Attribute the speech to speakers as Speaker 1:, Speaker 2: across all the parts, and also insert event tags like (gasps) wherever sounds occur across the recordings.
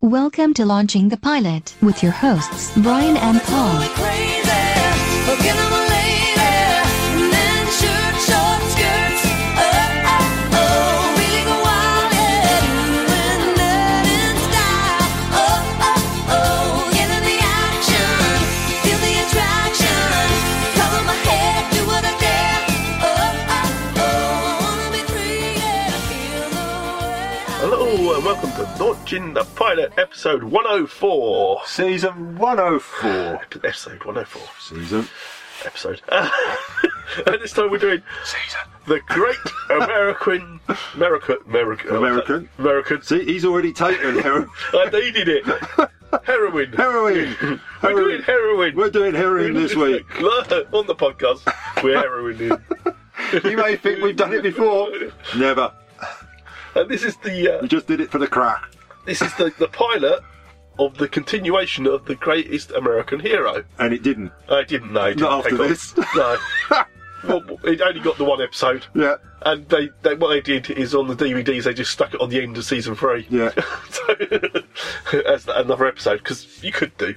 Speaker 1: Welcome to Launching the Pilot with your hosts, Brian and Paul.
Speaker 2: Uh, oh, uh, oh, Uh, oh,
Speaker 3: Hello and welcome to Launching the Pilot, episode 104.
Speaker 4: Season 104.
Speaker 3: Episode 104.
Speaker 4: Season.
Speaker 3: Episode. (laughs) and this time we're doing
Speaker 4: Season.
Speaker 3: the Great American. American. American.
Speaker 4: American.
Speaker 3: American.
Speaker 4: See, he's already taken hero-
Speaker 3: I needed it. Heroin.
Speaker 4: heroin.
Speaker 3: (laughs) We're doing
Speaker 4: Heroin.
Speaker 3: heroin.
Speaker 4: (laughs) We're doing heroin this week.
Speaker 3: (laughs) On the podcast, we're heroin
Speaker 4: You may think we've done it before. Never.
Speaker 3: And this is the uh,
Speaker 4: We just did it for the crack.
Speaker 3: this is the, the pilot of the continuation of the greatest American hero.
Speaker 4: And it didn't.
Speaker 3: I didn't know. it Didn't
Speaker 4: Not
Speaker 3: take
Speaker 4: after
Speaker 3: off.
Speaker 4: this.
Speaker 3: (laughs) No. well, it only got the one episode.
Speaker 4: Yeah.
Speaker 3: And they, they what they did is on the DVDs they just stuck it on the end of season three.
Speaker 4: Yeah.
Speaker 3: (laughs) so, (laughs) as another episode because you could do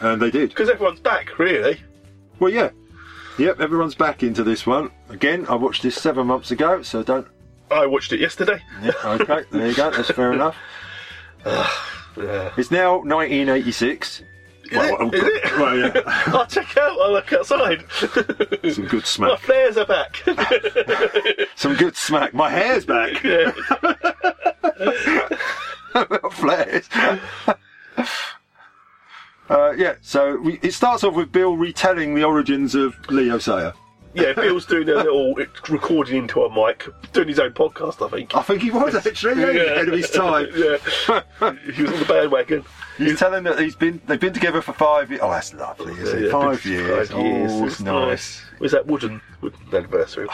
Speaker 4: And they did.
Speaker 3: because everyone's back really.
Speaker 4: Well, yeah. Yep, everyone's back into this one. Again, I watched this seven months ago, so don't.
Speaker 3: I watched it
Speaker 4: (laughs)
Speaker 3: yesterday.
Speaker 4: Yeah, okay, there you go, that's fair enough.
Speaker 3: (sighs) Yeah.
Speaker 4: It's now 1986. Well,
Speaker 3: it? Is it?
Speaker 4: well, yeah.
Speaker 3: I'll check out. I'll look outside.
Speaker 4: Some
Speaker 3: (laughs)
Speaker 4: good
Speaker 3: My
Speaker 4: smack.
Speaker 3: flares are back. (laughs)
Speaker 4: Some good smack. My hair's back.
Speaker 3: yeah.
Speaker 4: (laughs) flares. Uh, yeah, so we, it starts off with Bill retelling the origins of Leo Sayer.
Speaker 3: yeah, Bill's doing a little it's recording into a mic, doing his own podcast, I think.
Speaker 4: I think he was actually yeah,
Speaker 3: Yeah.
Speaker 4: ahead of his time.
Speaker 3: (laughs) yeah.
Speaker 4: (laughs)
Speaker 3: He was on the bandwagon.
Speaker 4: He's telling that he's been they've been together for five years. Oh, that's lovely, isn't it?
Speaker 3: Yeah,
Speaker 4: five
Speaker 3: been
Speaker 4: years.
Speaker 3: five years.
Speaker 4: Oh, it's nice.
Speaker 3: Was that wooden, wooden anniversary?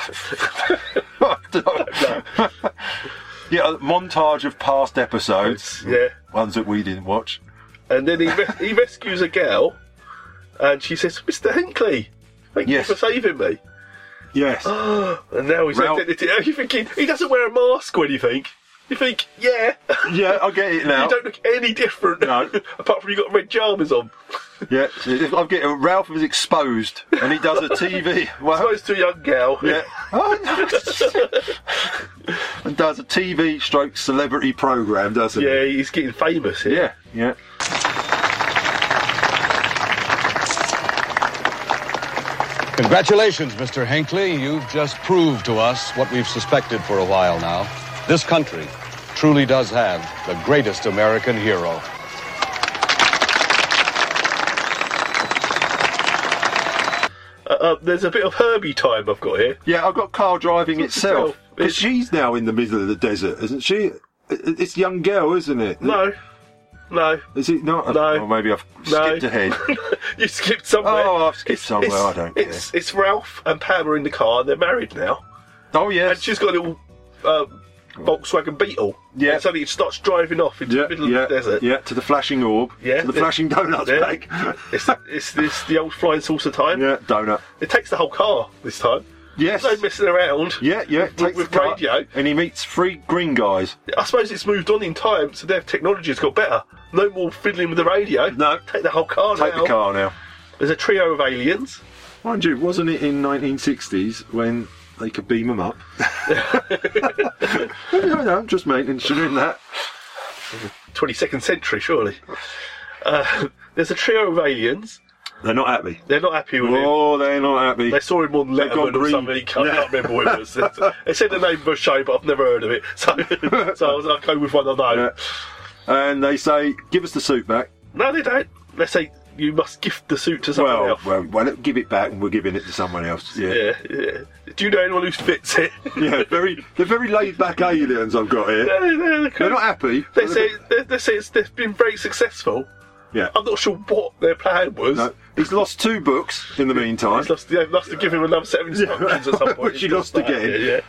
Speaker 4: (laughs)
Speaker 3: (laughs)
Speaker 4: yeah, a montage of past episodes.
Speaker 3: (laughs) yeah.
Speaker 4: ones that we didn't watch.
Speaker 3: And then he, re- he rescues a gal, and she says, "Mr. Hinkley, thank
Speaker 4: Yes.
Speaker 3: you for saving me."
Speaker 4: Yes.
Speaker 3: And now he's
Speaker 4: Ralph-
Speaker 3: identity. Are (laughs) you thinking he doesn't wear a mask when you think? You think, yeah,
Speaker 4: (gasps)
Speaker 3: (laughs)
Speaker 4: yeah, I get it now.
Speaker 3: you don't look any different.
Speaker 4: No.
Speaker 3: (laughs) apart from you got red pajamas on.
Speaker 4: Yeah, so if I'm getting Ralph was exposed, and he
Speaker 3: (laughs)
Speaker 4: does a TV. Well,
Speaker 3: Close to a young gal.
Speaker 4: Yeah. (laughs) and does a TV stroke celebrity program, doesn't
Speaker 3: Yeah, he's getting famous.
Speaker 4: he?
Speaker 3: Here.
Speaker 4: Yeah. Yeah.
Speaker 5: Congratulations, Mr. Hinckley. You've just proved to us what we've suspected for a while now. This country truly does have the greatest American hero.
Speaker 3: Uh, there's a bit of Herbie time I've got here.
Speaker 4: Yeah, I've got car driving itself.
Speaker 3: itself.
Speaker 4: But
Speaker 3: It's-
Speaker 4: she's now in the middle of the desert, isn't she? It- It's young girl, isn't it?
Speaker 3: No, no,
Speaker 4: Is it not?
Speaker 3: No.
Speaker 4: Or maybe I've
Speaker 3: No. (laughs)
Speaker 4: skipped ahead.
Speaker 3: you skipped somewhere.
Speaker 4: Oh, I've skipped somewhere, I don't care.
Speaker 3: It's, it's Ralph and Pam are in the car. and They're married now,
Speaker 4: Oh,
Speaker 3: and
Speaker 4: yes.
Speaker 3: she's got a little uh, Volkswagen Beetle.
Speaker 4: Yeah.
Speaker 3: And suddenly it starts driving off into
Speaker 4: Yeah,
Speaker 3: the middle
Speaker 4: yeah,
Speaker 3: of the desert.
Speaker 4: yeah, to the flashing orb,
Speaker 3: Yeah.
Speaker 4: to the flashing donuts
Speaker 3: Yeah.
Speaker 4: bag.
Speaker 3: It's, it's this the old flying saucer time.
Speaker 4: (laughs) yeah, donut.
Speaker 3: It takes the whole car this time.
Speaker 4: Yes.
Speaker 3: No messing around.
Speaker 4: Yeah, yeah. Takes
Speaker 3: with
Speaker 4: the car,
Speaker 3: radio.
Speaker 4: and he meets three green guys.
Speaker 3: I suppose it's moved on in time, so their technology's got better. No more fiddling with the radio.
Speaker 4: No.
Speaker 3: Take the whole car
Speaker 4: Take
Speaker 3: now.
Speaker 4: the car now.
Speaker 3: There's a trio of aliens.
Speaker 4: Mind you, wasn't it in 1960s when they could beam them (laughs) up? no, no, I'm just mentioning that.
Speaker 3: 22nd century, surely. Uh, there's a trio of aliens.
Speaker 4: They're not happy.
Speaker 3: They're not happy with him.
Speaker 4: Oh, they're not happy.
Speaker 3: They saw him on
Speaker 4: They've gone
Speaker 3: Letterman or
Speaker 4: green.
Speaker 3: something. I can't,
Speaker 4: Yeah.
Speaker 3: remember what it
Speaker 4: (laughs)
Speaker 3: was. They said the name of a show, but I've never heard of it. So, (laughs) so I was like, go with one of those.
Speaker 4: Yeah. And they say, "Give us the suit back."
Speaker 3: No, they don't. They say you must gift the suit to someone
Speaker 4: Well,
Speaker 3: else.
Speaker 4: well, well, give it back, and we're giving it to someone else. Yeah, (laughs) yeah.
Speaker 3: yeah, yeah. Do you know anyone who fits it? (laughs)
Speaker 4: very, they're very laid-back aliens I've got here.
Speaker 3: They're- they're-
Speaker 4: They're not happy.
Speaker 3: They say they, they say it's, they've been very successful.
Speaker 4: yeah.
Speaker 3: I'm not sure what their plan was.
Speaker 4: No, he's lost two books in the meantime.
Speaker 3: It's lost- they must have given him another set of instructions at
Speaker 4: (laughs)
Speaker 3: some point.
Speaker 4: Which he
Speaker 3: It's
Speaker 4: lost
Speaker 3: just like,
Speaker 4: again.
Speaker 3: Yeah,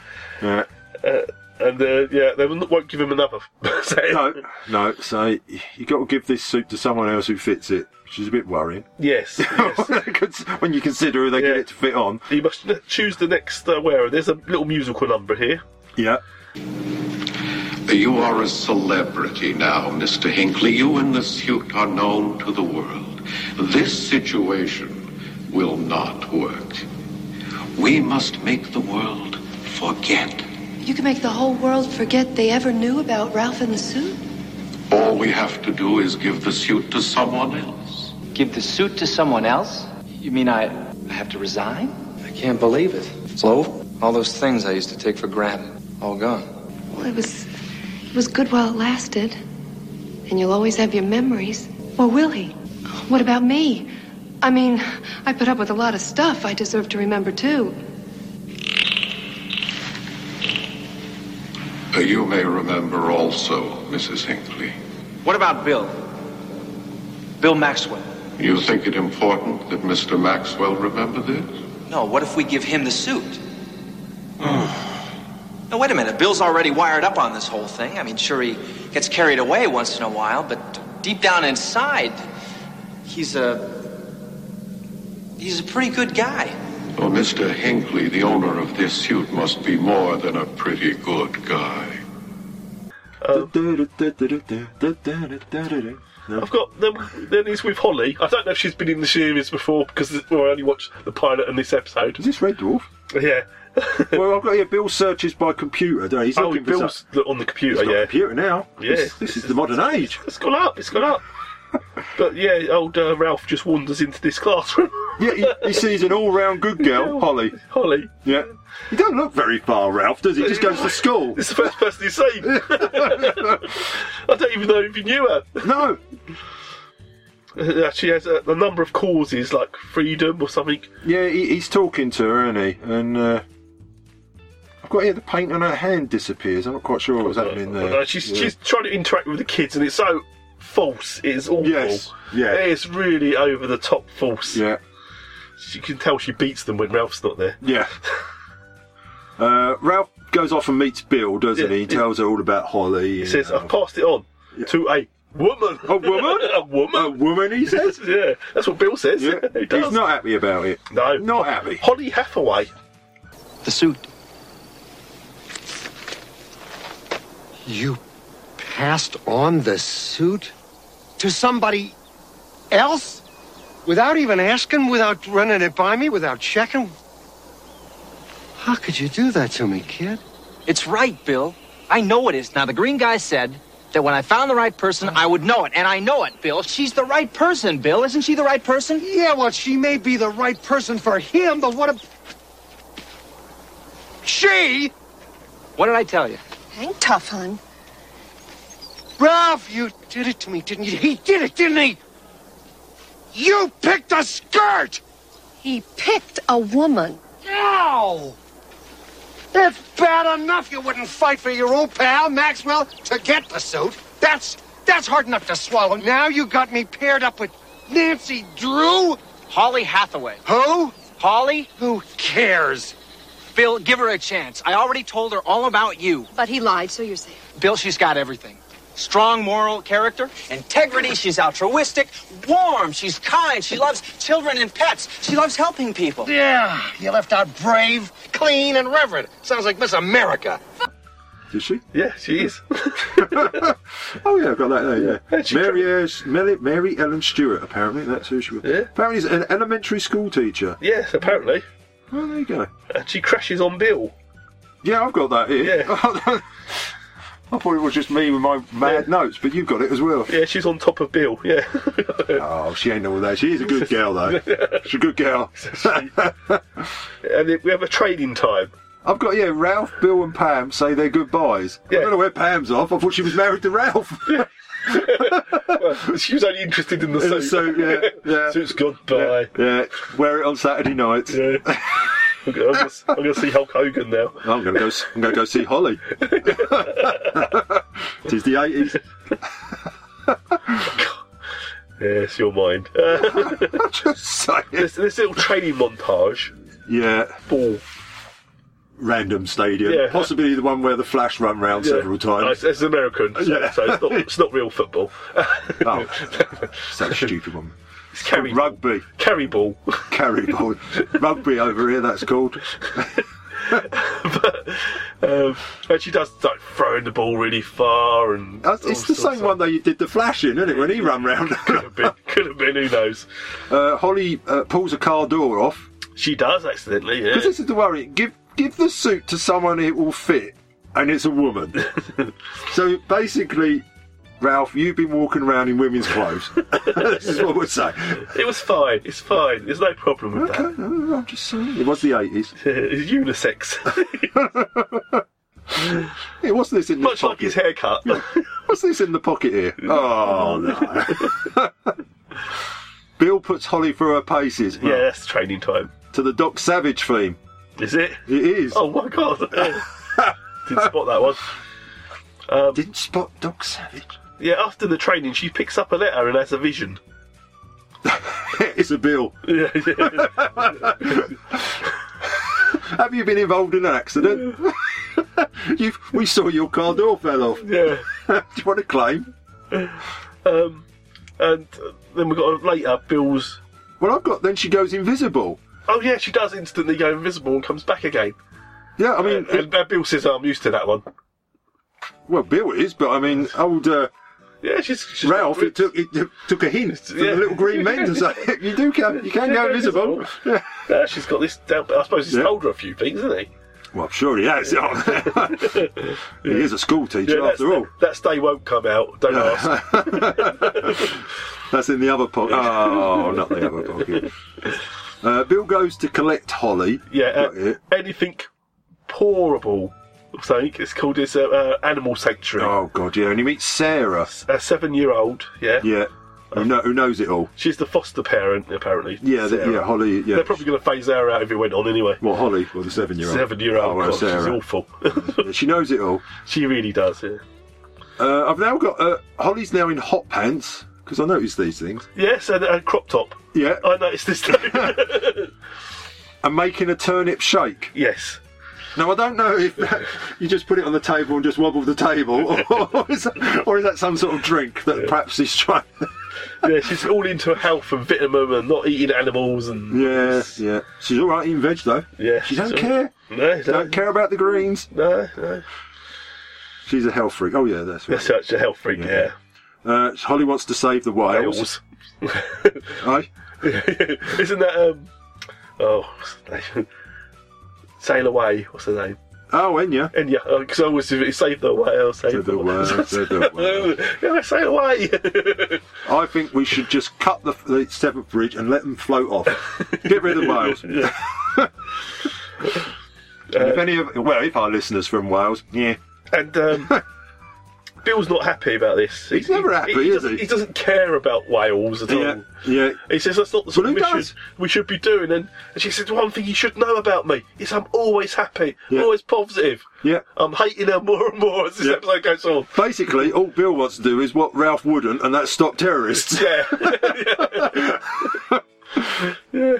Speaker 4: Yeah.
Speaker 3: yeah. And uh, yeah, they will not- won't give him another (laughs) set.
Speaker 4: (laughs) No, no. So you got to give this suit to someone else who fits it, which is a bit worrying.
Speaker 3: Yes,
Speaker 4: (laughs)
Speaker 3: yes.
Speaker 4: when you consider who they get
Speaker 3: Yeah.
Speaker 4: it to fit on.
Speaker 3: you must choose the next uh, wearer. There's a little musical number here.
Speaker 4: Yeah.
Speaker 6: You are a celebrity now, Mr. Hinckley. You and the suit are known to the world. This situation will not work. We must make the world forget.
Speaker 7: You can make the whole world forget they ever knew about Ralph and the suit.
Speaker 6: All we have to do is give the suit to someone else.
Speaker 8: Give the suit to someone else? You mean I, I have to resign?
Speaker 9: I can't believe it. It's over. All those things I used to take for granted, all gone.
Speaker 7: Well, it was, it was good while it lasted, and you'll always have your memories. Or will he? What about me? I mean, I put up with a lot of stuff. I deserve to remember too.
Speaker 6: Uh, You may remember also, Mrs. Hinckley.
Speaker 8: What about Bill? Bill Maxwell.
Speaker 6: You think it important that Mr. Maxwell remember this?
Speaker 8: No, what if we give him the suit?
Speaker 9: Hmm.
Speaker 8: no, wait a minute. Bill's already wired up on this whole thing. I mean, sure, he gets carried away once in a while, but deep down inside, he's a. He's a pretty good guy.
Speaker 6: Oh, Mr. Hinckley, the owner of this suit, must be more than a pretty good guy.
Speaker 3: I've got them. Then it's with Holly. I don't know if she's been in the series before because this- well, I only watched the pilot and this episode.
Speaker 4: (laughs) Is this Red Dwarf?
Speaker 3: Yeah.
Speaker 4: well, I've got here. Bill searches by computer. don't he? He's
Speaker 3: Oh,
Speaker 4: looking for
Speaker 3: Bill's
Speaker 4: some-
Speaker 3: on the
Speaker 4: He's
Speaker 3: computer.
Speaker 4: got a
Speaker 3: Yeah.
Speaker 4: computer now.
Speaker 3: Yeah.
Speaker 4: This, this is the modern age.
Speaker 3: It's gone up. It's gone
Speaker 4: (laughs)
Speaker 3: up. but yeah, old uh, Ralph just wanders into this classroom. (laughs)
Speaker 4: Yeah, he, he sees an all-round good girl, Holly.
Speaker 3: Holly.
Speaker 4: Yeah. He don't look very far, Ralph, does he? Just goes
Speaker 3: (laughs)
Speaker 4: to school.
Speaker 3: It's the first person he's
Speaker 4: (laughs)
Speaker 3: seen. (laughs) I don't even know if he knew her.
Speaker 4: No.
Speaker 3: Uh, She has a, a number of causes like freedom or something.
Speaker 4: Yeah, he, he's talking to her, isn't he? And uh, I've got here the paint on her hand disappears. I'm not quite sure what was happening there.
Speaker 3: Uh, she's,
Speaker 4: Yeah.
Speaker 3: she's trying to interact with the kids, and it's so false. It's awful.
Speaker 4: Yes, yeah.
Speaker 3: It's really over the top false.
Speaker 4: Yeah.
Speaker 3: She can tell she beats them when Ralph's not there. (laughs)
Speaker 4: Yeah. Uh, Ralph goes off and meets Bill, doesn't
Speaker 3: Yeah,
Speaker 4: he? He
Speaker 3: it-
Speaker 4: tells her all about Holly.
Speaker 3: He says, oh, "I've passed it on to a woman."
Speaker 4: A woman?
Speaker 3: (laughs) a woman.
Speaker 4: a woman, he says.
Speaker 3: (laughs) yeah, that's what Bill says.
Speaker 4: Yeah.
Speaker 3: (laughs) he does.
Speaker 4: He's not happy about it.
Speaker 3: No.
Speaker 4: Not happy.
Speaker 3: Holly Hathaway.
Speaker 8: The suit.
Speaker 10: You passed on the suit to somebody else without even asking, without running it by me, without checking? How could you do that to me, kid?
Speaker 8: It's right, Bill. I know it is. Now, the green guy said that when I found the right person, I would know it. And I know it, Bill. She's the right person, Bill. Isn't she the right person?
Speaker 10: Yeah, well, she may be the right person for him, but what a. She?
Speaker 8: What did I tell you?
Speaker 7: Hang tough, hon.
Speaker 10: Ralph, you did it to me, didn't you? He did it, didn't he? You picked a skirt!
Speaker 7: He picked a woman.
Speaker 10: Ow! It's bad enough you wouldn't fight for your old pal, Maxwell, to get the suit. That's that's hard enough to swallow. Now you got me paired up with Nancy Drew?
Speaker 8: Holly Hathaway.
Speaker 10: Who?
Speaker 8: Holly?
Speaker 10: Who cares?
Speaker 8: Bill, give her a chance. I already told her all about you.
Speaker 7: But he lied, so you're safe.
Speaker 8: Bill, she's got everything. Strong moral character, integrity, she's altruistic, warm, she's kind, she loves children and pets, she loves helping people.
Speaker 10: Yeah, you left out brave, clean, and reverent. Sounds like Miss America.
Speaker 4: Did she? (laughs)
Speaker 3: Yeah, she is. (laughs)
Speaker 4: Oh yeah, I've got that there. Yeah,
Speaker 3: Yeah, she-
Speaker 4: Mary, Ayres- Mel- Mary Ellen Stewart. Apparently, that's who she was.
Speaker 3: Yeah.
Speaker 4: Apparently, he's an elementary school teacher.
Speaker 3: yes, apparently.
Speaker 4: Well, there you go.
Speaker 3: And she crashes on Bill.
Speaker 4: Yeah, I've got that here.
Speaker 3: Yeah.
Speaker 4: (laughs) I thought it was just me with my mad notes, but you've got it as well.
Speaker 3: Yeah, she's on top of Bill. Yeah. (laughs)
Speaker 4: Oh, she ain't all that. She is a good girl though. She's a good girl.
Speaker 3: and it- we have a training time. (laughs)
Speaker 4: I've got yeah. Ralph, Bill, and Pam say their goodbyes. I
Speaker 3: Yeah.
Speaker 4: don't know where Pam's off. I thought she was married
Speaker 3: (laughs)
Speaker 4: to Ralph.
Speaker 3: She was only interested in the suit.
Speaker 4: In the suit, yeah,
Speaker 3: (laughs)
Speaker 4: yeah.
Speaker 3: Suit's gone. Bye.
Speaker 4: (laughs) yeah, wear it on Saturday nights.
Speaker 3: Yeah. (laughs) I'm going to see Hulk Hogan now.
Speaker 4: Oh, I'm gonna go. s- I'm gonna go
Speaker 3: (laughs)
Speaker 4: see Holly. Tis the eighties.
Speaker 3: Yes, your mind. Uh,
Speaker 4: Just say it.
Speaker 3: this, this little training montage.
Speaker 4: Yeah,
Speaker 3: Ball.
Speaker 4: random stadium.
Speaker 3: Yeah.
Speaker 4: Possibly the one where the Flash run round several times.
Speaker 3: It's, it's American, so,
Speaker 4: Yeah.
Speaker 3: so
Speaker 4: (laughs)
Speaker 3: it's, not, it's not real football. (laughs)
Speaker 4: Oh, such a stupid one.
Speaker 3: It's carry
Speaker 4: Rugby,
Speaker 3: Carry ball. (laughs)
Speaker 4: Uh, carry ball, rugby over here. That's called.
Speaker 3: but Um, and she does like throwing the ball really far, and
Speaker 4: That's- It's the same
Speaker 3: (laughs)
Speaker 4: one though you did the flashing, isn't it? When he ran round.
Speaker 3: Could have been, could have been. Who knows?
Speaker 4: uh, Holly uh, pulls a car door off.
Speaker 3: She does accidentally. Yeah.
Speaker 4: Because this is the worry. Give give the suit to someone it will fit, and it's a woman. (laughs) so basically, Ralph, you've been walking around in women's clothes. (laughs) this is what we're saying.
Speaker 3: It was fine. It's fine. There's no problem with
Speaker 4: Okay, no, (laughs) I'm just saying. It was the 80s.
Speaker 3: that. (laughs) It's
Speaker 4: (laughs)
Speaker 3: unisex.
Speaker 4: Hey, what's this in the
Speaker 3: Much like
Speaker 4: pocket?
Speaker 3: his haircut. (laughs)
Speaker 4: What's this in the pocket (laughs) here? Oh no. (laughs) Bill puts Holly through her paces.
Speaker 3: yeah, that's training time.
Speaker 4: To the Doc Savage theme.
Speaker 3: Is it?
Speaker 4: It is.
Speaker 3: Oh my god.
Speaker 4: (laughs)
Speaker 3: (laughs) Didn't spot that one.
Speaker 4: Didn't spot Doc Savage.
Speaker 3: Yeah, after the training, she picks up a letter and has a vision.
Speaker 4: (laughs) it's a bill.
Speaker 3: Yeah, yeah.
Speaker 4: Have you been involved in an accident? (laughs) You've, we saw your car door fell off. Do
Speaker 3: yeah.
Speaker 4: you want to claim?
Speaker 3: Um, and uh, then we got a later Bill's.
Speaker 4: Well, I've got. Then she goes invisible.
Speaker 3: Oh yeah, she does instantly go invisible and comes back again.
Speaker 4: Yeah, I mean,
Speaker 3: And, and uh, Bill says, "I'm used to that one."
Speaker 4: well, Bill is, but I mean, old uh,
Speaker 3: Yeah, she's, she's
Speaker 4: Ralph. It took it took a hint from
Speaker 3: Yeah.
Speaker 4: the little green men
Speaker 3: (laughs)
Speaker 4: to say you do can you can go invisible. Yeah.
Speaker 3: Yeah, she's got this down. but I suppose he's
Speaker 4: Yeah.
Speaker 3: told her a few things, hasn't he?
Speaker 4: Well, I'm sure he
Speaker 3: (laughs)
Speaker 4: has. he is a school
Speaker 3: Yeah,
Speaker 4: teacher
Speaker 3: that's-
Speaker 4: after all.
Speaker 3: that stay won't come out. Don't ask.
Speaker 4: That's in the other pocket. Oh, not the
Speaker 3: (laughs)
Speaker 4: other pocket. Uh, Bill goes to collect Holly.
Speaker 3: Yeah,
Speaker 4: Got
Speaker 3: uh,
Speaker 4: it.
Speaker 3: anything pourable. or Something it's called is uh, uh, animal sanctuary.
Speaker 4: Oh God, yeah, and he meets Sarah.
Speaker 3: A seven-year-old. Yeah,
Speaker 4: Oh. Yeah, who, know, who knows it all?
Speaker 3: she's the foster parent apparently.
Speaker 4: Yeah, the,
Speaker 3: Sarah.
Speaker 4: yeah, Holly. Yeah,
Speaker 3: They're probably going to phase her out if it went on anyway.
Speaker 4: well, Holly, well, the seven-year-old.
Speaker 3: Seven-year-old.
Speaker 4: Oh, well,
Speaker 3: God, she's
Speaker 4: Sarah.
Speaker 3: awful. (laughs)
Speaker 4: Yeah, she knows it all.
Speaker 3: she really does. Yeah.
Speaker 4: Uh, I've now got uh, Holly's now in hot pants because I noticed these things.
Speaker 3: Yes, and a crop top.
Speaker 4: Yeah,
Speaker 3: I noticed this
Speaker 4: (laughs)
Speaker 3: too.
Speaker 4: and making a turnip shake.
Speaker 3: yes.
Speaker 4: Now I don't know if that, (laughs) you just put it on the table and just wobble the table, (laughs) or is that, or is that some sort of drink that perhaps he's trying?
Speaker 3: (laughs) Yeah, she's all into health and vitamin and not eating animals and
Speaker 4: yeah, yeah. She's all right eating veg though.
Speaker 3: yeah.
Speaker 4: she don't
Speaker 3: so-
Speaker 4: care.
Speaker 3: No, no,
Speaker 4: Don't care about the greens.
Speaker 3: No, no.
Speaker 4: She's a health freak. Oh yeah, that's right.
Speaker 3: That's such a health freak. Yeah.
Speaker 4: Uh, Holly wants to save the whales.
Speaker 3: Whales.
Speaker 4: Aye.
Speaker 3: (laughs) Isn't that um? Oh, what's the name? (laughs) Sail away. What's the name?
Speaker 4: Oh, Enya.
Speaker 3: And yeah, because I always if it's save the whale, save,
Speaker 4: Save the
Speaker 3: (laughs)
Speaker 4: whale, save the whale.
Speaker 3: yeah, sail away.
Speaker 4: I think we should just cut the, the seventh bridge and let them
Speaker 3: (laughs)
Speaker 4: float off. Get rid of Wales. (laughs) And
Speaker 3: Uh,
Speaker 4: if any of well, if our listeners from Wales, yeah,
Speaker 3: (laughs) and um, Bill's not happy about this.
Speaker 4: He's never happy,
Speaker 3: he,
Speaker 4: is
Speaker 3: doesn't-
Speaker 4: he?
Speaker 3: He doesn't care about whales at
Speaker 4: yeah,
Speaker 3: all.
Speaker 4: yeah.
Speaker 3: He says that's not the sort
Speaker 4: Well,
Speaker 3: of
Speaker 4: who
Speaker 3: mission
Speaker 4: does?
Speaker 3: we should be doing. And, and she said, one thing you should know about me is I'm always happy,
Speaker 4: Yeah.
Speaker 3: always positive.
Speaker 4: Yeah.
Speaker 3: I'm hating her more and more as this
Speaker 4: Yeah.
Speaker 3: episode goes on.
Speaker 4: Basically, all Bill wants to do is what Ralph wouldn't, and that's stop
Speaker 3: (laughs)
Speaker 4: terrorists.
Speaker 3: Yeah. (laughs) yeah.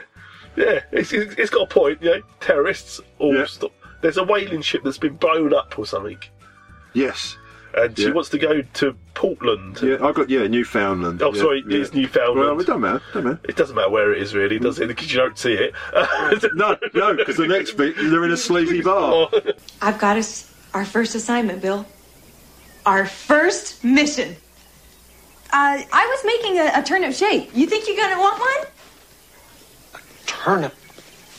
Speaker 3: Yeah. It's, it's, it's got a point, you know. Terrorists all
Speaker 4: Yeah.
Speaker 3: stop. There's a whaling ship that's been blown up or something.
Speaker 4: Yes.
Speaker 3: And she
Speaker 4: Yeah.
Speaker 3: wants to go to Portland.
Speaker 4: Yeah, I got yeah Newfoundland.
Speaker 3: Oh,
Speaker 4: Yeah,
Speaker 3: sorry,
Speaker 4: yeah.
Speaker 3: it's Newfoundland.
Speaker 4: Well, it don't matter. Don't matter.
Speaker 3: It doesn't matter where it is, really, does it? (laughs) Because you don't see it.
Speaker 4: No, no, because the next bit they're in a
Speaker 3: (laughs)
Speaker 4: sleazy bar.
Speaker 3: Oh.
Speaker 2: I've got us our first assignment, Bill. Our first mission. Uh, I was making a, a turnip shape. You think you're gonna want one?
Speaker 10: Turnip.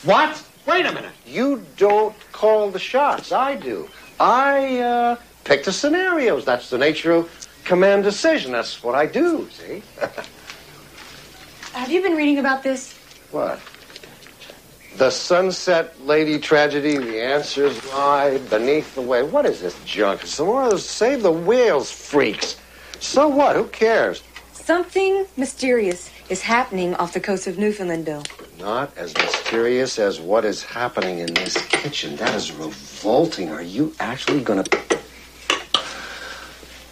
Speaker 10: What? Wait a minute. You don't call the shots. I do. I uh, pick the scenarios. That's the nature of command decision. That's what I do, see?
Speaker 2: Have you been reading about this?
Speaker 10: What? The Sunset Lady tragedy, the answers lie beneath the wave. What is this junk? Some more of those save the whales freaks. So what? Who cares?
Speaker 2: Something mysterious is happening off the coast of Newfoundland, Bill.
Speaker 10: Not as mysterious as what is happening in this kitchen. That is revolting. Are you actually gonna.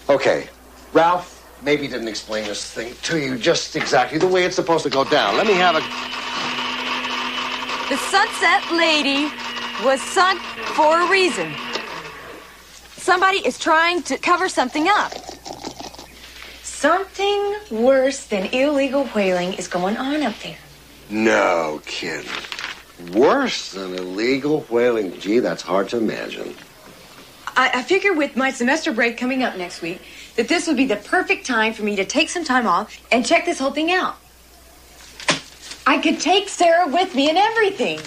Speaker 10: Okay, Ralph maybe didn't explain this thing to you just exactly the way it's supposed to go down. Let me have a.
Speaker 2: The Sunset Lady was sunk for a reason. Somebody is trying to cover something up. Something worse than illegal whaling is going on up there.
Speaker 10: No kidding. Worse than illegal whaling. Gee, that's hard to imagine.
Speaker 7: I, I figure with my semester break coming up next week that this would be the perfect time for me to take some time off and check this whole thing out. I could take Sarah with me and everything.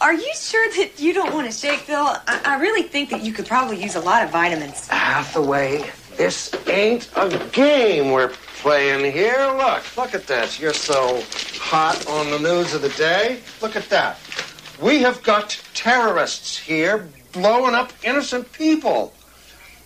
Speaker 7: Are you sure that you don't want to shake, Bill? I, I really think that you could probably use a lot of vitamins.
Speaker 10: Hathaway, this ain't a game we're playing here. Look, look at this. You're so hot on the news of the day. Look at that. We have got terrorists here blowing up innocent people.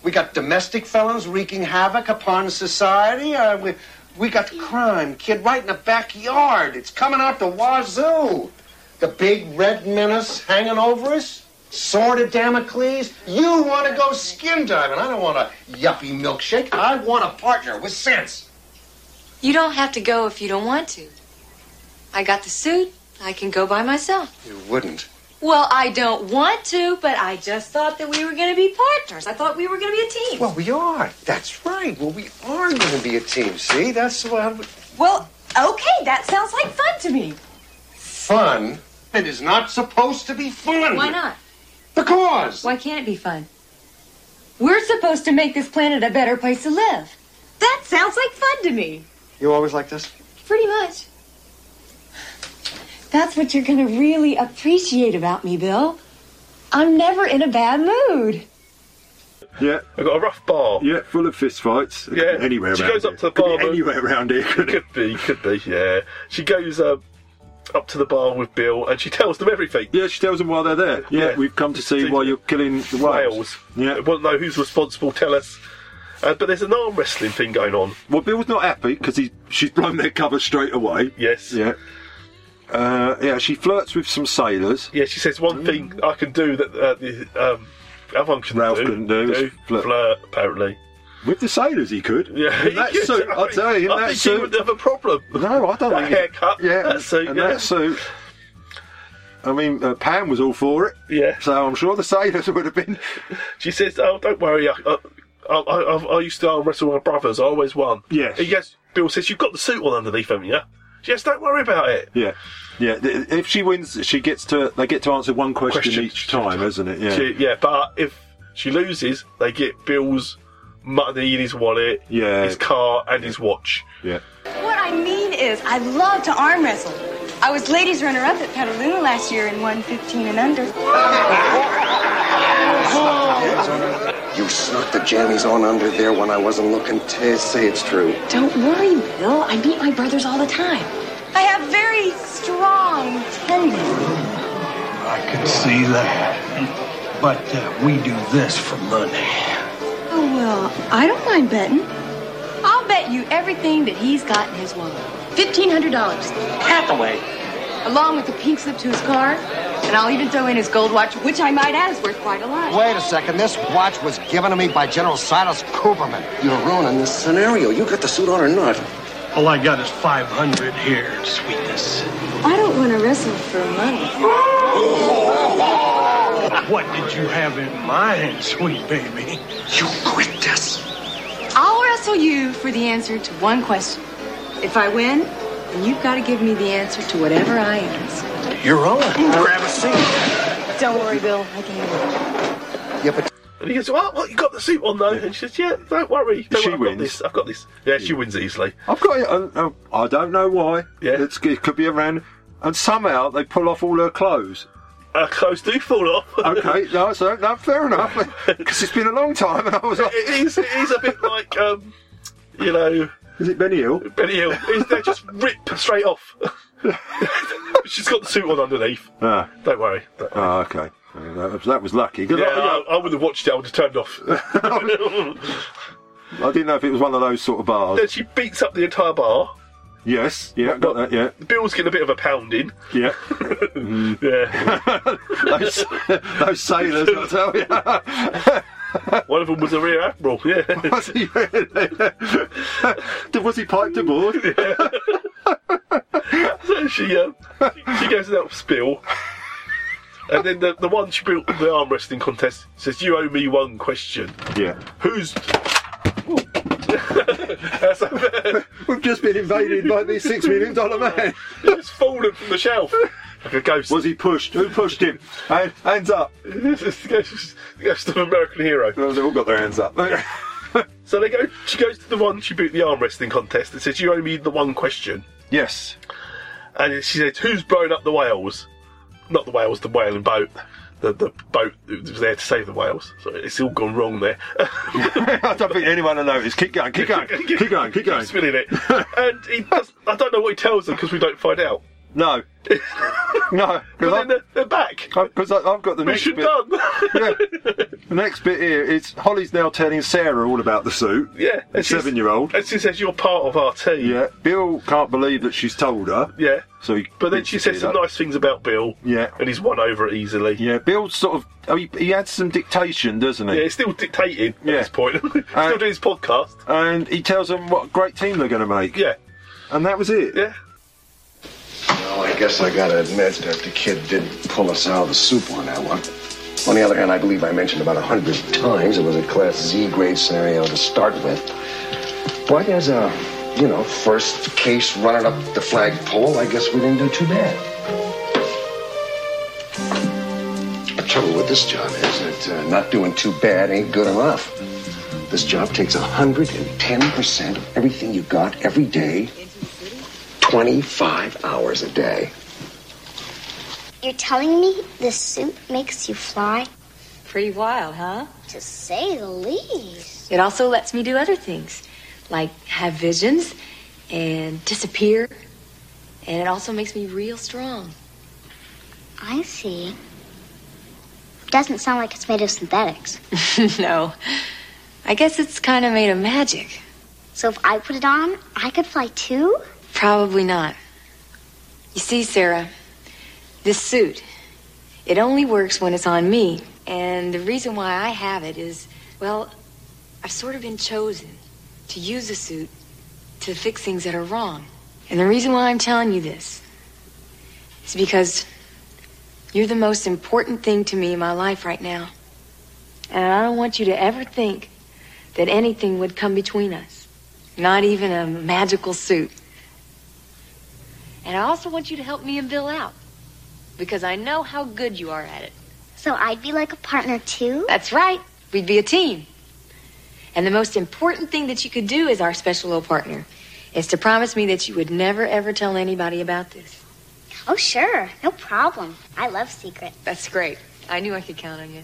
Speaker 10: We got domestic felons wreaking havoc upon society. Uh, we, we got crime, kid, right in the backyard. It's coming out the wazoo. The big red menace hanging over us. Sword of Damocles. You want to go skin diving. I don't want a yuppie milkshake. I want a partner with sense.
Speaker 7: You don't have to go if you don't want to. I got the suit. I can go by myself.
Speaker 10: You wouldn't.
Speaker 7: Well, I don't want to, but I just thought that we were going to be partners. I thought we were going to be a team.
Speaker 10: Well, we are. That's right. Well, we are going to be a team. See, that's what I-
Speaker 7: Well, okay, that sounds like fun to me.
Speaker 10: fun. It is not supposed to be fun.
Speaker 7: Why not?
Speaker 10: Because.
Speaker 7: Why can't it be fun? We're supposed to make this planet a better place to live. That sounds like fun to me.
Speaker 10: You always like this?
Speaker 7: Pretty much. That's what you're going to really appreciate about me, Bill. I'm never in a bad mood.
Speaker 4: Yeah.
Speaker 3: I've got a rough bar.
Speaker 4: Yeah, full of fist fights. It could
Speaker 3: Yeah,
Speaker 4: be Anywhere
Speaker 3: she
Speaker 4: around
Speaker 3: goes
Speaker 4: here.
Speaker 3: up to the
Speaker 4: Could be
Speaker 3: bar. but-
Speaker 4: Anywhere around here. (laughs) Could it?
Speaker 3: Could be, could be. Yeah, she goes uh, up to the bar with Bill, and she tells them everything.
Speaker 4: Yeah, she tells them while they're there. Yeah,
Speaker 3: Yeah.
Speaker 4: we've come to see why you're killing the whales.
Speaker 3: Wales.
Speaker 4: Yeah.
Speaker 3: They want to know who's responsible. Tell us. Uh, but there's an arm wrestling thing going on.
Speaker 4: Well, Bill's not happy because he she's blown their cover straight away.
Speaker 3: Yes.
Speaker 4: Yeah. Uh, yeah, she flirts with some sailors.
Speaker 3: Yeah, she says one thing I can do that uh, the um, everyone can
Speaker 4: Mm. Ralph
Speaker 3: do.
Speaker 4: couldn't do is
Speaker 3: flirt.
Speaker 4: flirt.
Speaker 3: apparently.
Speaker 4: With the sailors, he could.
Speaker 3: Yeah, (laughs)
Speaker 4: In that suit, I tell you, in
Speaker 3: I
Speaker 4: that
Speaker 3: think he
Speaker 4: suit.
Speaker 3: would have a problem.
Speaker 4: No, I don't
Speaker 3: That
Speaker 4: think. he-
Speaker 3: haircut,
Speaker 4: Yeah,
Speaker 3: that suit,
Speaker 4: and
Speaker 3: yeah.
Speaker 4: that suit. I mean, uh, Pam was all for it.
Speaker 3: Yeah.
Speaker 4: So I'm sure the sailors (laughs) would have been.
Speaker 3: She says, "Oh, don't worry. I, I, I, I, I used to arm wrestle my brothers. I always won."
Speaker 4: Yes.
Speaker 3: He goes, Bill says, "You've got the suit on underneath, haven't you?" She goes, "Don't worry about it."
Speaker 4: Yeah, yeah. th- If she wins, she gets to. They get to answer one question,
Speaker 3: Question.
Speaker 4: each time, isn't it? Yeah.
Speaker 3: She, yeah, but if she loses, they get Bill's money in his wallet,
Speaker 4: Yeah.
Speaker 3: his car, and his watch.
Speaker 4: yeah.
Speaker 7: What I mean is, I love to arm wrestle. I was ladies runner up at Petaluma last year in 115 and under.
Speaker 10: You snuck the jammies on under there when I wasn't looking. To say it's true.
Speaker 7: Don't worry, Bill. I beat my brothers all the time. I have very strong tendons.
Speaker 11: I can see that. But uh, we do this for money.
Speaker 7: Oh, well, I don't mind betting. I'll bet you everything that he's got in his wallet $1,500,
Speaker 8: Hathaway.
Speaker 7: along with a pink slip to his car, and I'll even throw in his gold watch, which I might add is worth quite a lot.
Speaker 12: Wait a second. This watch was given to me by General Silas Cooperman.
Speaker 10: You're ruining this scenario. You got the suit on or not?
Speaker 11: All I got is 500 here, sweetness.
Speaker 7: I don't want to wrestle for money.
Speaker 11: What did you have in mind, sweet baby? You quit us.
Speaker 7: I'll wrestle you for the answer to one question. If I win, then you've got to give me the answer to whatever I answer.
Speaker 11: You're on. Grab a seat.
Speaker 7: Don't worry, Bill. I can handle it.
Speaker 12: Yeah, but
Speaker 3: And he goes, "What? What? You got the suit on though?" And she says, "Yeah, don't worry. Don't
Speaker 4: She
Speaker 3: worry, I've
Speaker 4: wins.
Speaker 3: Got this. I've got this. Yeah, she wins easily.
Speaker 4: I've got it. uh, uh, I don't know why.
Speaker 3: Yeah.
Speaker 4: It's, it could be around. And somehow they pull off all her clothes.
Speaker 3: Her clothes do fall off.
Speaker 4: Okay, no, so no, fair enough. Because it's been a long time, (laughs) and I was like,
Speaker 3: (laughs) it is. It is a bit like, um, you know,
Speaker 4: "Is it Benny Hill?"
Speaker 3: Benny Hill. It's- They just rip straight off. (laughs) She's got the suit on underneath.
Speaker 4: Ah,
Speaker 3: Don't worry. Don't-
Speaker 4: ah, okay. Uh, That was, that was lucky. 'Cause
Speaker 3: Yeah,
Speaker 4: I-
Speaker 3: I, I wouldn't have watched it. I would have turned off.
Speaker 4: I, didn't know if it was one of those sort of bars.
Speaker 3: then she beats up the entire bar.
Speaker 4: Yes, yeah, got that. Yeah,
Speaker 3: Bill's getting a bit of a pounding.
Speaker 4: yeah.
Speaker 3: Yeah.
Speaker 4: those, those sailors, I tell you. (laughs)
Speaker 3: One of them was a rear admiral. Yeah.
Speaker 4: Was he really? (laughs) was he piped aboard?
Speaker 3: So (laughs) she, um, she, she goes and helps Bill. And then the, the one she built the arm wrestling contest says, You owe me one question.
Speaker 4: Yeah.
Speaker 3: Who's. (laughs) That's a,
Speaker 4: We've just been invaded by the six million dollar man.
Speaker 3: it's fallen from the shelf. Like a ghost. (laughs)
Speaker 4: Was he pushed? Who pushed him? Hand- hands up.
Speaker 3: the ghost, the ghost of American Hero.
Speaker 4: They've all got their hands up. (laughs)
Speaker 3: so they go. She goes to the one. She beat the arm wrestling contest. and says, "You owe me the one question."
Speaker 4: Yes.
Speaker 3: And she says, "Who's blown up the whales?" Not the whales, the whaling boat. The, the boat that was there to save the whales. So it's all gone wrong there. (laughs)
Speaker 4: I don't think anyone will notice. Keep going, keep going, (laughs) keep going, keep going.
Speaker 3: spinning it. (laughs) and he does, I don't know what he tells them because we don't find out.
Speaker 4: No. no.
Speaker 3: But (laughs) then they're, they're back.
Speaker 4: Because I've got the next
Speaker 3: Mission
Speaker 4: bit.
Speaker 3: done. (laughs)
Speaker 4: yeah. The next bit here is Holly's now telling Sarah all about the suit.
Speaker 3: Yeah.
Speaker 4: The
Speaker 3: she's-
Speaker 4: seven year old.
Speaker 3: And she says, You're part of our team.
Speaker 4: Yeah. Bill can't believe that she's told her.
Speaker 3: Yeah.
Speaker 4: So he
Speaker 3: But then she
Speaker 4: beats the
Speaker 3: says
Speaker 4: kid
Speaker 3: some
Speaker 4: up.
Speaker 3: nice things about Bill.
Speaker 4: Yeah.
Speaker 3: And he's won over it easily.
Speaker 4: Yeah. Bill sort of. Oh, he, he adds some dictation, doesn't he?
Speaker 3: Yeah, he's still dictating
Speaker 4: Yeah.
Speaker 3: at this point. (laughs) still
Speaker 4: Uh,
Speaker 3: doing his podcast.
Speaker 4: And he tells them what a great team they're going to make.
Speaker 3: Yeah.
Speaker 4: And that was it.
Speaker 3: Yeah.
Speaker 10: Well, I guess I gotta admit that the kid did pull us out of the soup on that one. On the other hand, I believe I mentioned about a hundred times it was a Class Z grade scenario to start with. But as a, you know, first case running up the flagpole, I guess we didn't do too bad. The trouble with this job is that uh, not doing too bad ain't good enough. This job takes 110% of everything you got every day, 25 hours a day.
Speaker 13: You're telling me this suit makes you fly?
Speaker 2: Pretty wild, huh?
Speaker 13: To say the least.
Speaker 2: It also lets me do other things, like have visions and disappear. And it also makes me real strong.
Speaker 13: I see. Doesn't sound like it's made of synthetics.
Speaker 2: (laughs) no. I guess it's kind of made of magic.
Speaker 13: So if I put it on, I could fly too?
Speaker 2: Probably not. You see, Sarah, this suit, it only works when it's on me. And the reason why I have it is, well, I've sort of been chosen to use the suit to fix things that are wrong. And the reason why I'm telling you this is because you're the most important thing to me in my life right now. And I don't want you to ever think that anything would come between us, not even a magical suit. And I also want you to help me and Bill out. Because I know how good you are at it.
Speaker 13: So I'd be like a partner too?
Speaker 2: That's right. We'd be a team. And the most important thing that you could do as our special little partner is to promise me that you would never ever tell anybody about this.
Speaker 13: Oh, sure. No problem. I love secrets.
Speaker 2: That's great. I knew I could count on you.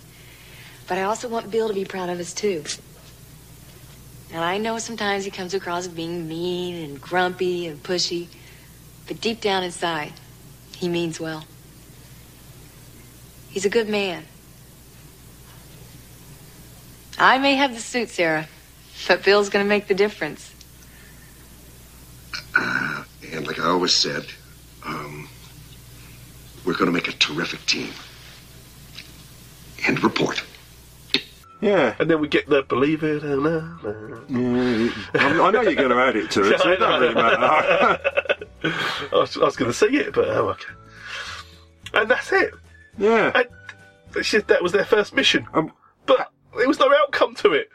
Speaker 2: But I also want Bill to be proud of us too. And I know sometimes he comes across as being mean and grumpy and pushy, but deep down inside, he means well. He's a good man. I may have the suit, Sarah, but Bill's going to make the difference.
Speaker 10: And like I always said, um, we're going to make a terrific team. End report.
Speaker 4: Yeah.
Speaker 3: And then we get the believe it or not.
Speaker 4: Yeah, I I know you're going to add it
Speaker 3: (laughs)
Speaker 4: to it, so it doesn't really matter.
Speaker 3: I was, I was going to see it, but oh, okay. And that's it. (laughs)
Speaker 4: Yeah.
Speaker 3: And she, that was their first mission.
Speaker 4: Um,
Speaker 3: but there was no outcome to it.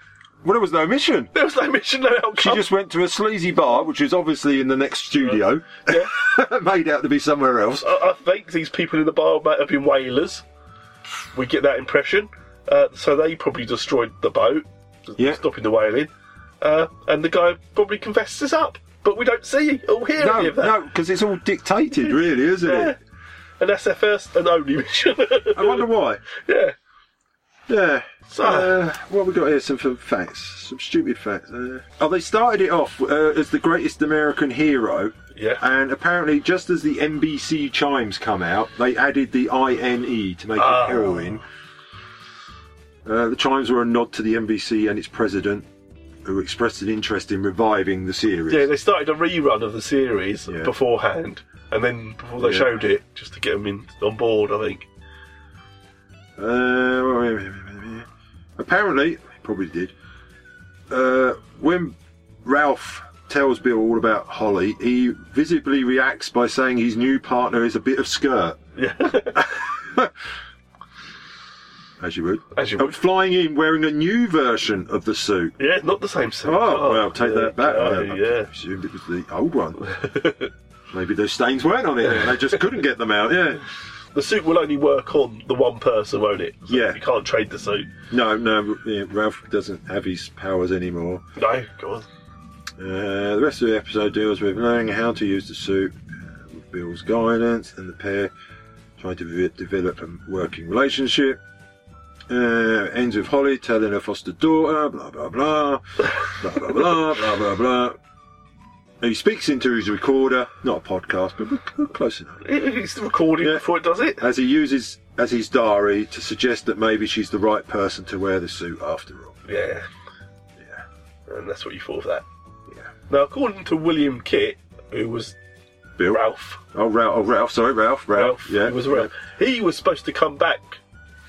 Speaker 4: Well, there was no mission.
Speaker 3: (laughs) There was no mission, no outcome.
Speaker 4: She just went to a sleazy bar, which is obviously in the next studio. (laughs) Made out to be somewhere else.
Speaker 3: I, I think these people in the bar might have been whalers. We get that impression. Uh, so they probably destroyed the boat,
Speaker 4: Yeah.
Speaker 3: stopping the whaling. Uh, and the guy probably confesses up, but we don't see or hear
Speaker 4: No,
Speaker 3: any of that.
Speaker 4: no, because it's all
Speaker 3: (laughs)
Speaker 4: dictated, really, isn't it?
Speaker 3: And that's their first and only (laughs) mission.
Speaker 4: I wonder why.
Speaker 3: Yeah.
Speaker 4: Yeah.
Speaker 3: So-
Speaker 4: uh, what have we got here? Some fun facts, some stupid facts. Uh, oh, they started it off uh, as the greatest American hero.
Speaker 3: Yeah.
Speaker 4: And apparently, just as the NBC chimes come out, they added the INE to make
Speaker 3: Oh.
Speaker 4: it heroin. Uh, the chimes were a nod to the NBC and its president, who expressed an interest in reviving the series.
Speaker 3: Yeah, they started a rerun of the series beforehand, and then before they
Speaker 4: Yeah.
Speaker 3: showed it, just to get them in, on board, I think.
Speaker 4: Uh, apparently, probably did. Uh, when Ralph tells Bill all about Holly, he visibly reacts by saying his new partner is a bit of skirt.
Speaker 3: Yeah.
Speaker 4: (laughs) As you would.
Speaker 3: As you
Speaker 4: would. Flying in wearing a new version of the suit.
Speaker 3: Yeah, not the same suit.
Speaker 4: Oh, well, take
Speaker 3: there
Speaker 4: that back.
Speaker 3: you go,
Speaker 4: (laughs) I presumed it was the old one. Maybe those stains weren't on it. and They just couldn't get them out. Yeah.
Speaker 3: The suit will only work on the one person, won't it? So
Speaker 4: Yeah.
Speaker 3: You can't trade the suit.
Speaker 4: No, no. yeah, Ralph doesn't have his powers anymore.
Speaker 3: No, go on.
Speaker 4: Uh, the rest of the episode deals with learning how to use the suit, uh, with Bill's guidance, and the pair trying to ve- develop a working relationship. Uh, ends with Holly telling her foster daughter, blah blah blah, blah blah blah, blah blah blah. He speaks into his recorder, not a podcast, but we're- we're close enough.
Speaker 3: It's the recording before it does it.
Speaker 4: As he uses as his diary to suggest that maybe she's the right person to wear the suit after all.
Speaker 3: Yeah. Yeah. And that's what you thought of that. Yeah. Now, according to William Kit, who was
Speaker 4: Bill.
Speaker 3: Ralph.
Speaker 4: Oh, Ralph. Oh, Ralph. Sorry, Ralph. Ralph. yeah.
Speaker 3: He was Ralph. He was supposed to come back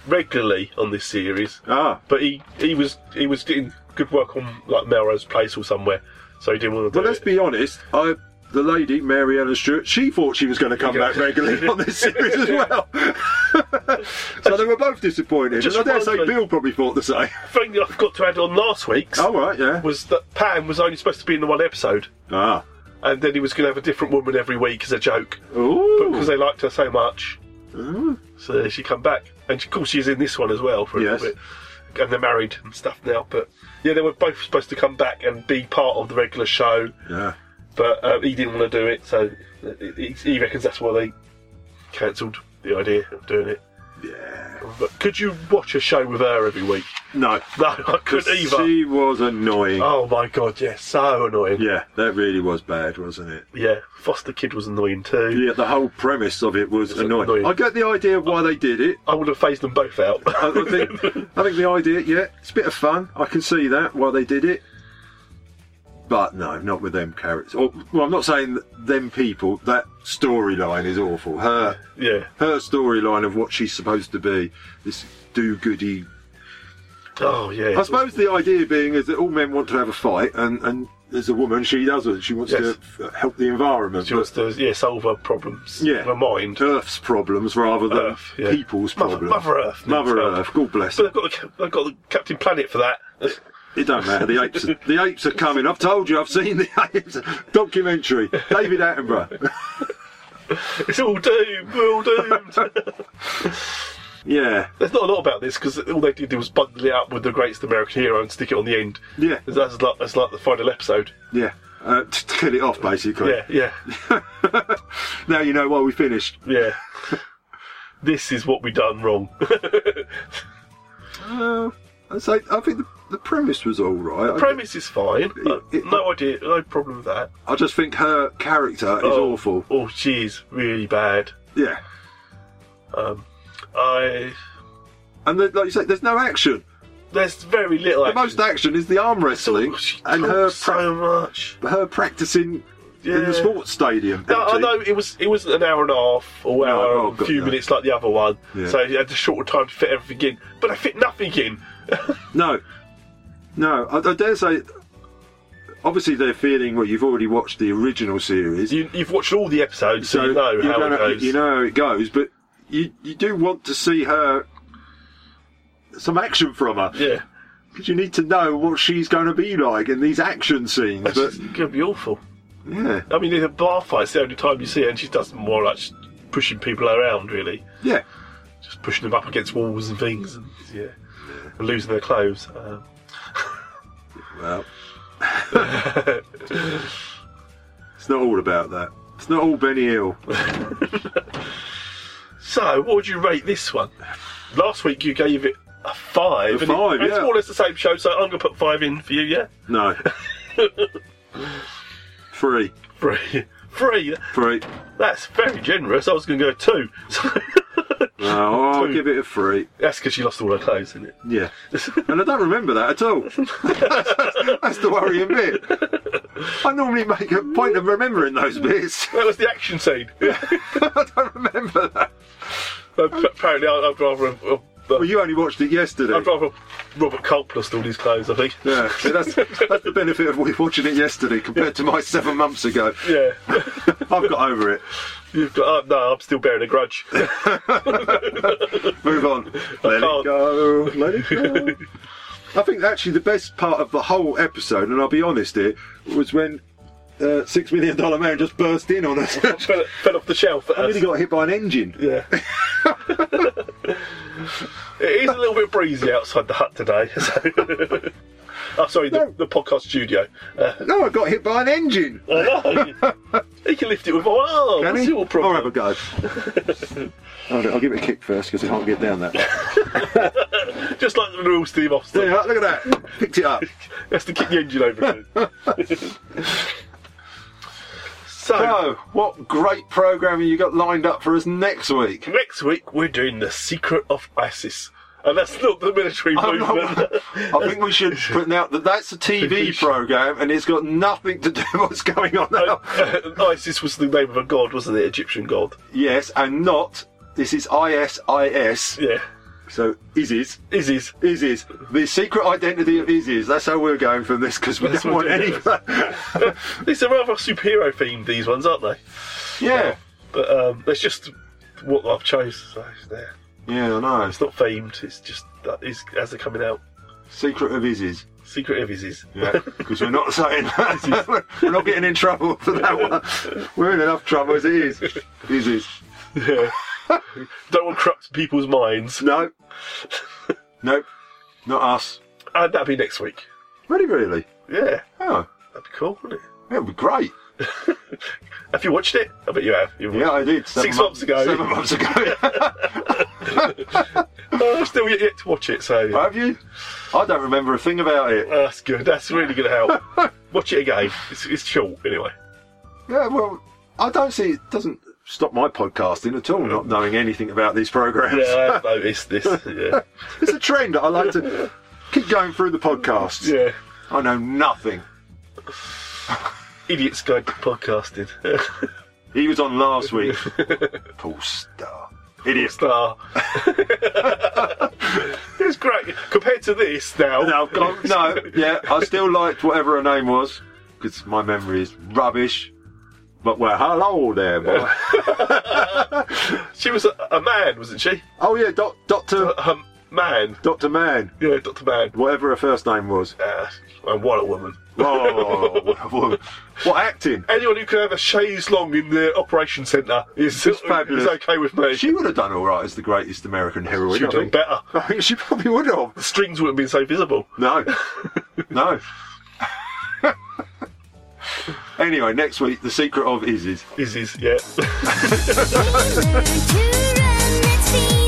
Speaker 3: regularly on this series.
Speaker 4: Ah.
Speaker 3: But he, he was he was doing good work on like Melrose Place or somewhere, so he didn't want to do
Speaker 4: Well, let's
Speaker 3: it.
Speaker 4: be honest. I, the lady, Mary Ellen Stewart, she thought she was going to come back regularly on
Speaker 3: (laughs)
Speaker 4: this series as well. (laughs) so they were both disappointed.
Speaker 3: Just
Speaker 4: and I dare say
Speaker 3: reminds me-
Speaker 4: Bill probably thought
Speaker 3: (laughs)
Speaker 4: the same.
Speaker 3: thing that I forgot to add on last week's.
Speaker 4: Oh, right, yeah.
Speaker 3: Was that Pam was only supposed to be in the one episode.
Speaker 4: Ah.
Speaker 3: And then he was going to have a different woman every week as a joke.
Speaker 4: Ooh.
Speaker 3: But because they liked her so much. So she come back. And of course, she's in this one as well for a
Speaker 4: Yes.
Speaker 3: little bit. And they're married and stuff now. But yeah, they were both supposed to come back and be part of the regular show.
Speaker 4: Yeah.
Speaker 3: But um, he didn't want to do it. So uh, he, he reckons that's why they cancelled the idea of doing it.
Speaker 4: Yeah.
Speaker 3: But could you watch a show with her every week? (laughs)
Speaker 4: No.
Speaker 3: No, I couldn't either.
Speaker 4: She was annoying.
Speaker 3: Oh my god, yeah, so annoying.
Speaker 4: Yeah, that really was bad, wasn't it?
Speaker 3: Yeah, Foster Kid was annoying too.
Speaker 4: Yeah, the whole premise of it was annoying.
Speaker 3: annoying. Ah.
Speaker 4: I get the idea of why they did it.
Speaker 3: I would have phased them both out. (laughs)
Speaker 4: I, I think, I think the idea, yeah, it's a bit of fun. I can see that why they did it. But no, not with them characters. Or, well, I'm not saying that them people. That storyline is awful. Her,
Speaker 3: Yeah.
Speaker 4: her storyline of what she's supposed to be, this do-goody.
Speaker 3: Oh yeah.
Speaker 4: I suppose the idea being is that all men want to have a fight, and and as a woman, she doesn't. She wants
Speaker 3: Yes.
Speaker 4: to f- help the environment.
Speaker 3: She wants to yeah solve her problems.
Speaker 4: Yeah.
Speaker 3: Her mind.
Speaker 4: Earth's problems rather than
Speaker 3: Earth, yeah.
Speaker 4: people's
Speaker 3: Mother-
Speaker 4: problems.
Speaker 3: Mother Earth needs
Speaker 4: Mother
Speaker 3: help.
Speaker 4: Earth. God bless.
Speaker 3: But I've got the cap- I've got the Captain Planet for that.
Speaker 4: It don't matter. The apes, are, the apes are coming. I've told you. I've seen the (laughs) apes documentary. David Attenborough.
Speaker 3: It's all doomed. We're all
Speaker 4: (laughs)
Speaker 3: doomed.
Speaker 4: Yeah,
Speaker 3: There's not a lot about this because all they did was bundle it up with the greatest American hero and stick it on the end.
Speaker 4: Yeah.
Speaker 3: That's like that's like the final episode.
Speaker 4: yeah. Uh, to to kill it off, basically.
Speaker 3: Yeah, yeah,
Speaker 4: Now you know why we finished.
Speaker 3: yeah.
Speaker 4: (laughs)
Speaker 3: this is what we done wrong. (laughs)
Speaker 4: Uh, I say I think the, the premise was all right.
Speaker 3: The premise is fine. but no idea, no problem with that.
Speaker 4: I, I just think her character is
Speaker 3: Oh.
Speaker 4: awful.
Speaker 3: Oh, she is really bad.
Speaker 4: Yeah,
Speaker 3: Um, I
Speaker 4: and the, like you say, there's no action.
Speaker 3: there's very little.
Speaker 4: The most action is the arm wrestling and her
Speaker 3: Oh, talks so much.
Speaker 4: her practicing in
Speaker 3: Yeah.
Speaker 4: the sports stadium.
Speaker 3: No, I
Speaker 4: empty.
Speaker 3: know it was it wasn't an hour and a half or
Speaker 4: No,
Speaker 3: hour,
Speaker 4: oh,
Speaker 3: a
Speaker 4: God,
Speaker 3: few
Speaker 4: no.
Speaker 3: minutes like the other one,
Speaker 4: Yeah.
Speaker 3: so you had a shorter time to fit everything in. But I fit nothing in.
Speaker 4: No, no. I, I dare say. Obviously, they're feeling well. You've already watched the original series,
Speaker 3: You, you've watched all the episodes, so, you know
Speaker 4: you're
Speaker 3: how
Speaker 4: gonna-
Speaker 3: it goes.
Speaker 4: You know how it goes, but you you do want to see her some action from her
Speaker 3: yeah,
Speaker 4: because you need to know what she's going to be like in these action scenes.
Speaker 3: it's
Speaker 4: But
Speaker 3: gonna be awful.
Speaker 4: yeah,
Speaker 3: I mean, in a bar fight, it's the only time you see her, and she does more like pushing people around, really.
Speaker 4: yeah,
Speaker 3: just pushing them up against walls and things, and yeah, and losing their clothes. Um,
Speaker 4: well, (laughs) it's not all about that. It's not all Benny Hill.
Speaker 3: so, what would you rate this one? Last week you gave it a five. and
Speaker 4: A
Speaker 3: it-
Speaker 4: five,
Speaker 3: and It's
Speaker 4: yeah.
Speaker 3: more or less the same show, so I'm gonna put five in for you. Yeah, (laughs)
Speaker 4: No, three,
Speaker 3: three, (laughs) three.
Speaker 4: three.
Speaker 3: That's very generous. I was gonna go two. (laughs) So
Speaker 4: No, Oh, I'll
Speaker 3: Two.
Speaker 4: give it a three.
Speaker 3: that's because she lost all her clothes, isn't it?
Speaker 4: Yeah. And I don't remember that at all. (laughs) That's the worrying bit. I normally make a point of remembering those bits. (laughs)
Speaker 3: That was the action scene. (laughs)
Speaker 4: I don't remember that.
Speaker 3: Apparently, I- I'd rather. Uh,
Speaker 4: Well, you only watched it yesterday.
Speaker 3: I'd rather Robert Culp lost all his clothes, I think.
Speaker 4: Yeah, so that's, that's the benefit of we watching it yesterday compared to my seven months ago.
Speaker 3: (laughs) Yeah.
Speaker 4: I've got over it.
Speaker 3: You've got, uh, no, I'm still bearing a
Speaker 4: (laughs)
Speaker 3: grudge.
Speaker 4: Move on. Let
Speaker 3: can't.
Speaker 4: it go. Let it go. I think actually the best part of the whole episode, and I'll be honest here, was when uh, six million dollar man just burst in on us.
Speaker 3: fell, fell off the shelf.
Speaker 4: I nearly got hit by an engine.
Speaker 3: (laughs) Yeah. It is a little bit breezy outside the hut today. (laughs) So. oh, sorry, the, the podcast studio. Uh,
Speaker 4: no, I got hit by an engine.
Speaker 3: I know. he can lift it with one arm.
Speaker 4: Can
Speaker 3: That's
Speaker 4: he?
Speaker 3: your problem.
Speaker 4: I'll have a go.
Speaker 3: (laughs)
Speaker 4: Hold it, I'll give it a kick first because I can't get down that.
Speaker 3: Just like the real Steve Austin.
Speaker 4: Yeah, look at that. Picked it up.
Speaker 3: Has to kick the engine over. again.
Speaker 4: (laughs) So, what great programming you got lined up for us next week?
Speaker 3: Next week we're doing the Secret of ISIS, and that's not the military
Speaker 4: I'm not-
Speaker 3: movement.
Speaker 4: (laughs) I think we should put out that that's
Speaker 3: (laughs)
Speaker 4: a TV program and it's got nothing to do with what's going on
Speaker 3: (laughs)
Speaker 4: now.
Speaker 3: Uh, ISIS was the name of a god, wasn't it? Egyptian god.
Speaker 4: Yes, and not. This is ISIS.
Speaker 3: Yeah.
Speaker 4: So, ISIS.
Speaker 3: ISIS.
Speaker 4: ISIS. The secret identity of ISIS. That's how we're going from this because we
Speaker 3: That's
Speaker 4: don't
Speaker 3: what
Speaker 4: want any.
Speaker 3: it is. (laughs) These are rather superhero themed. These ones, aren't they?
Speaker 4: (laughs) Yeah.
Speaker 3: But um, that's just what I've chose. So there.
Speaker 4: Yeah, I know.
Speaker 3: It's not themed. It's just that is as they're coming out.
Speaker 4: Secret of ISIS.
Speaker 3: Secret of ISIS.
Speaker 4: Yeah, because we're not saying that. (laughs) we're not getting in trouble for that one. We're in enough trouble as it is. ISIS.
Speaker 3: Yeah. (laughs) Don't want corrupt people's minds.
Speaker 4: No. Nope. Not us.
Speaker 3: And that'll be next week.
Speaker 4: Really, really?
Speaker 3: Yeah.
Speaker 4: Oh,
Speaker 3: That'd be cool, wouldn't it?
Speaker 4: that'd be great.
Speaker 3: Have you watched it? I bet you have. You've
Speaker 4: Yeah,
Speaker 3: watched
Speaker 4: I did.
Speaker 3: it.
Speaker 4: seven
Speaker 3: Six
Speaker 4: mon-
Speaker 3: months ago.
Speaker 4: Seven months ago.
Speaker 3: (laughs)
Speaker 4: (laughs)
Speaker 3: Oh, I've still yet, yet to watch it, so.
Speaker 4: Have you? I don't remember a thing about it.
Speaker 3: Oh, that's good. That's really going to
Speaker 4: (laughs)
Speaker 3: help. watch it again. It's, it's short, anyway.
Speaker 4: Yeah, well, I don't see it doesn't stop my podcasting at all, not knowing anything about these programs.
Speaker 3: Yeah, I have noticed this. Yeah.
Speaker 4: (laughs) it's a trend that I like to keep going through the podcasts.
Speaker 3: yeah.
Speaker 4: I know nothing.
Speaker 3: Idiot's Guide to Podcasting. (laughs)
Speaker 4: He was on last (laughs) week. Paul Star.
Speaker 3: (laughs)
Speaker 4: Idiot.
Speaker 3: Star. it was great. Compared to this now.
Speaker 4: No,
Speaker 3: (laughs)
Speaker 4: oh, no, yeah, I still liked whatever her name was because my memory is rubbish. But well, hello there, boy.
Speaker 3: She was a, a man, wasn't she?
Speaker 4: (laughs) oh yeah, doc, Doctor
Speaker 3: A man.
Speaker 4: Doctor Man,
Speaker 3: Yeah, Dr. Man.
Speaker 4: whatever her first name was.
Speaker 3: Uh, and what a woman.
Speaker 4: (laughs) Oh, what, what, what acting!
Speaker 3: Anyone who can have a chaise long in the operation centre is,
Speaker 4: She's
Speaker 3: is
Speaker 4: fabulous.
Speaker 3: okay with me.
Speaker 4: She would have done all right as the greatest American heroine.
Speaker 3: She'd
Speaker 4: I
Speaker 3: done
Speaker 4: think.
Speaker 3: better.
Speaker 4: I think (laughs) she probably would have.
Speaker 3: The strings wouldn't be so visible.
Speaker 4: (laughs) No, no. anyway, next week, the secret of is is.
Speaker 3: Is is, yeah.
Speaker 14: Learn to run, let's be
Speaker 2: Oh, Oh,